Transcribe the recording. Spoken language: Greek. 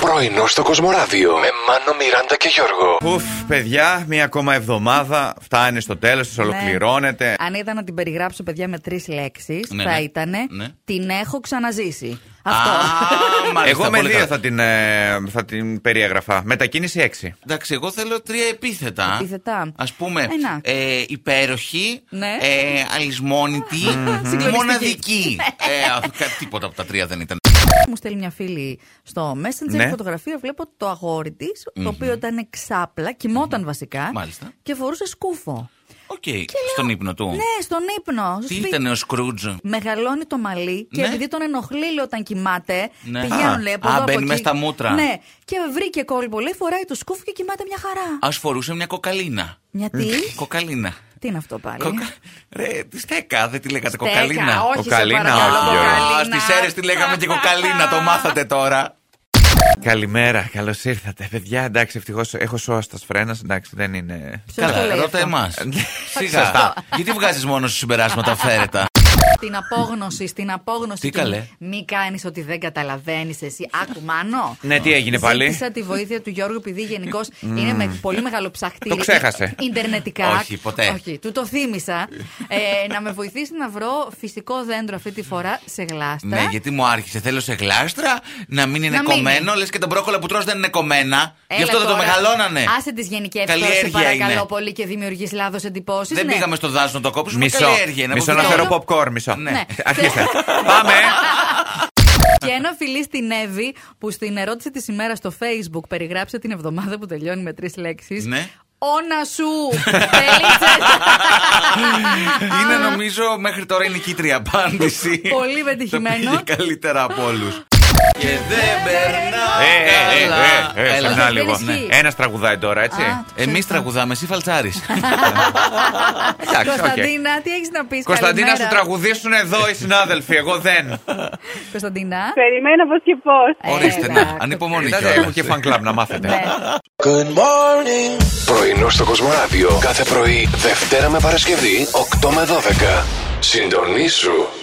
Πρωινό στο Κοσμοράδιο με Μάνο, Μιράντα και Γιώργο. Ουφ, παιδιά, μία ακόμα εβδομάδα φτάνει στο τέλος τη, ολοκληρώνεται. Αν ήταν να την περιγράψω, παιδιά, με τρεις λέξεις, Ναι, θα ναι. ήταν Ναι. Την έχω ξαναζήσει. Α, Αυτό. μάλιστα, Εγώ με πολύ δύο καλά. θα την, ε, θα την περιέγραφα. Μετακίνηση 6. Εντάξει, εγώ θέλω τρία επίθετα. Επίθετα. Ας πούμε, Ένα. ε, υπέροχη, Ναι. ε, αλυσμόνητη, Συγκλονιστική. Ναι. μοναδική. ε, α, κα- τίποτα από τα τρία δεν ήταν. Μου στέλνει μια φίλη στο Messenger Ναι. φωτογραφία. Βλέπω το αγόρι της, το οποίο ήταν ξάπλα, κοιμόταν βασικά Μάλιστα. και φορούσε σκούφο. Οκ, στον ύπνο του. Ναι, στον ύπνο. στο Τι σπίτι. ήταν ο Σκρούτζ. Μεγαλώνει το μαλλί και Ναι. επειδή τον ενοχλεί, λέει, όταν κοιμάται, Ναι. πηγαίνουν Α, λέει από α, εδώ από μπαίνει εκεί. μέσα στα μούτρα. Ναι, και βρήκε κόλπο, λέει, φοράει το σκούφο και κοιμάται μια χαρά. Ας φορούσε μια κοκαλίνα. Μια τι, Κοκαλίνα. τι είναι αυτό πάλι. Κοκα... Ρε, τη στέκα, δεν τη λέγατε Ε. Στέκα, κοκαλίνα. όχι, σε Κοκαλίνα, παρακαλώ, όχι, Γιώργο. κοκαλίνα. Ας, στι αίρε τη λέγαμε και κοκαλίνα, το μάθατε τώρα. Καλημέρα, καλώς ήρθατε. Παιδιά, εντάξει, ευτυχώς έχω σώαστα φρένα. Εντάξει, δεν είναι. Ποιος το Ναι. λέει ρώτα αυτό? εμάς. Σιγά. Σωστά. Γιατί βγάζεις μόνος σου συμπεράσματα αυθαίρετα. Στην απόγνωση, στην απόγνωση. Τι του καλέ. Μη κάνεις ότι δεν καταλαβαίνεις εσύ. Άκου, Μάνο. Ναι, τι έγινε πάλι. Ζήτησα τη βοήθεια του Γιώργου, επειδή γενικώς είναι με πολύ μεγάλο ψαχτήρι. Το ξέχασε. Ιντερνετικά. Όχι, ποτέ. Όχι, του το θύμισα. ε, να με βοηθήσει να βρω φυστικό δέντρο αυτή τη φορά σε γλάστρα. Ναι, γιατί μου άρχισε. Θέλω σε γλάστρα να μην είναι Να μην κομμένο. Λες και τα μπρόκολα που τρως δεν είναι κομμένα. Γι' αυτό δεν το μεγαλώνανε. Άσε τις γενικεύσει τώρα, Καλλιέργεια σε παρακαλώ είναι. πολύ και δημιουργείς λάθος εντυπώσεις. Δεν ναι. πήγαμε στο δάσο να το κόψουμε. Μισό. Καλλιέργεια είναι. Μισό από να αυτό. φέρω popcorn, μισό. Ναι. Αρχίστε. Πάμε. Και ένα φιλί στην Εύη που στην ερώτηση της ημέρας στο Facebook περιγράψε την εβδομάδα που τελειώνει με τρεις λέξεις. Ναι. Όνα σου! Τελείξες. Είναι νομίζω μέχρι τώρα η νικήτρια απάντηση. Πολύ πετυχημένο. Τα πήγε Καλύτερα από όλους. Και δεν περνάω. Ε, ε, ε, ε, ε, Έλα. σεμνά δεν λίγο. ισχύει. Ένα τραγουδάει τώρα, έτσι. Α, το Εμείς Ναι. Ε, τραγουδάμε, εσύ φαλτσάρι. Εντάξει, οκ. Κωνσταντίνα, τι έχεις να πεις. Κωνσταντίνα, σου τραγουδήσουν εδώ οι συνάδελφοι. Εγώ δεν. Κωνσταντίνα. Περιμένω πώς και πώς. Ορίστε, Έλα, ναι. ανυπομονή Κοιτάξτε, κιόλας. Έχω και fan club να μάθετε. Ναι. Πρωινό στο Κοσμοράδιο κάθε πρωί, Δευτέρα με Παρασκευή, 8 με 12. Συντονίσου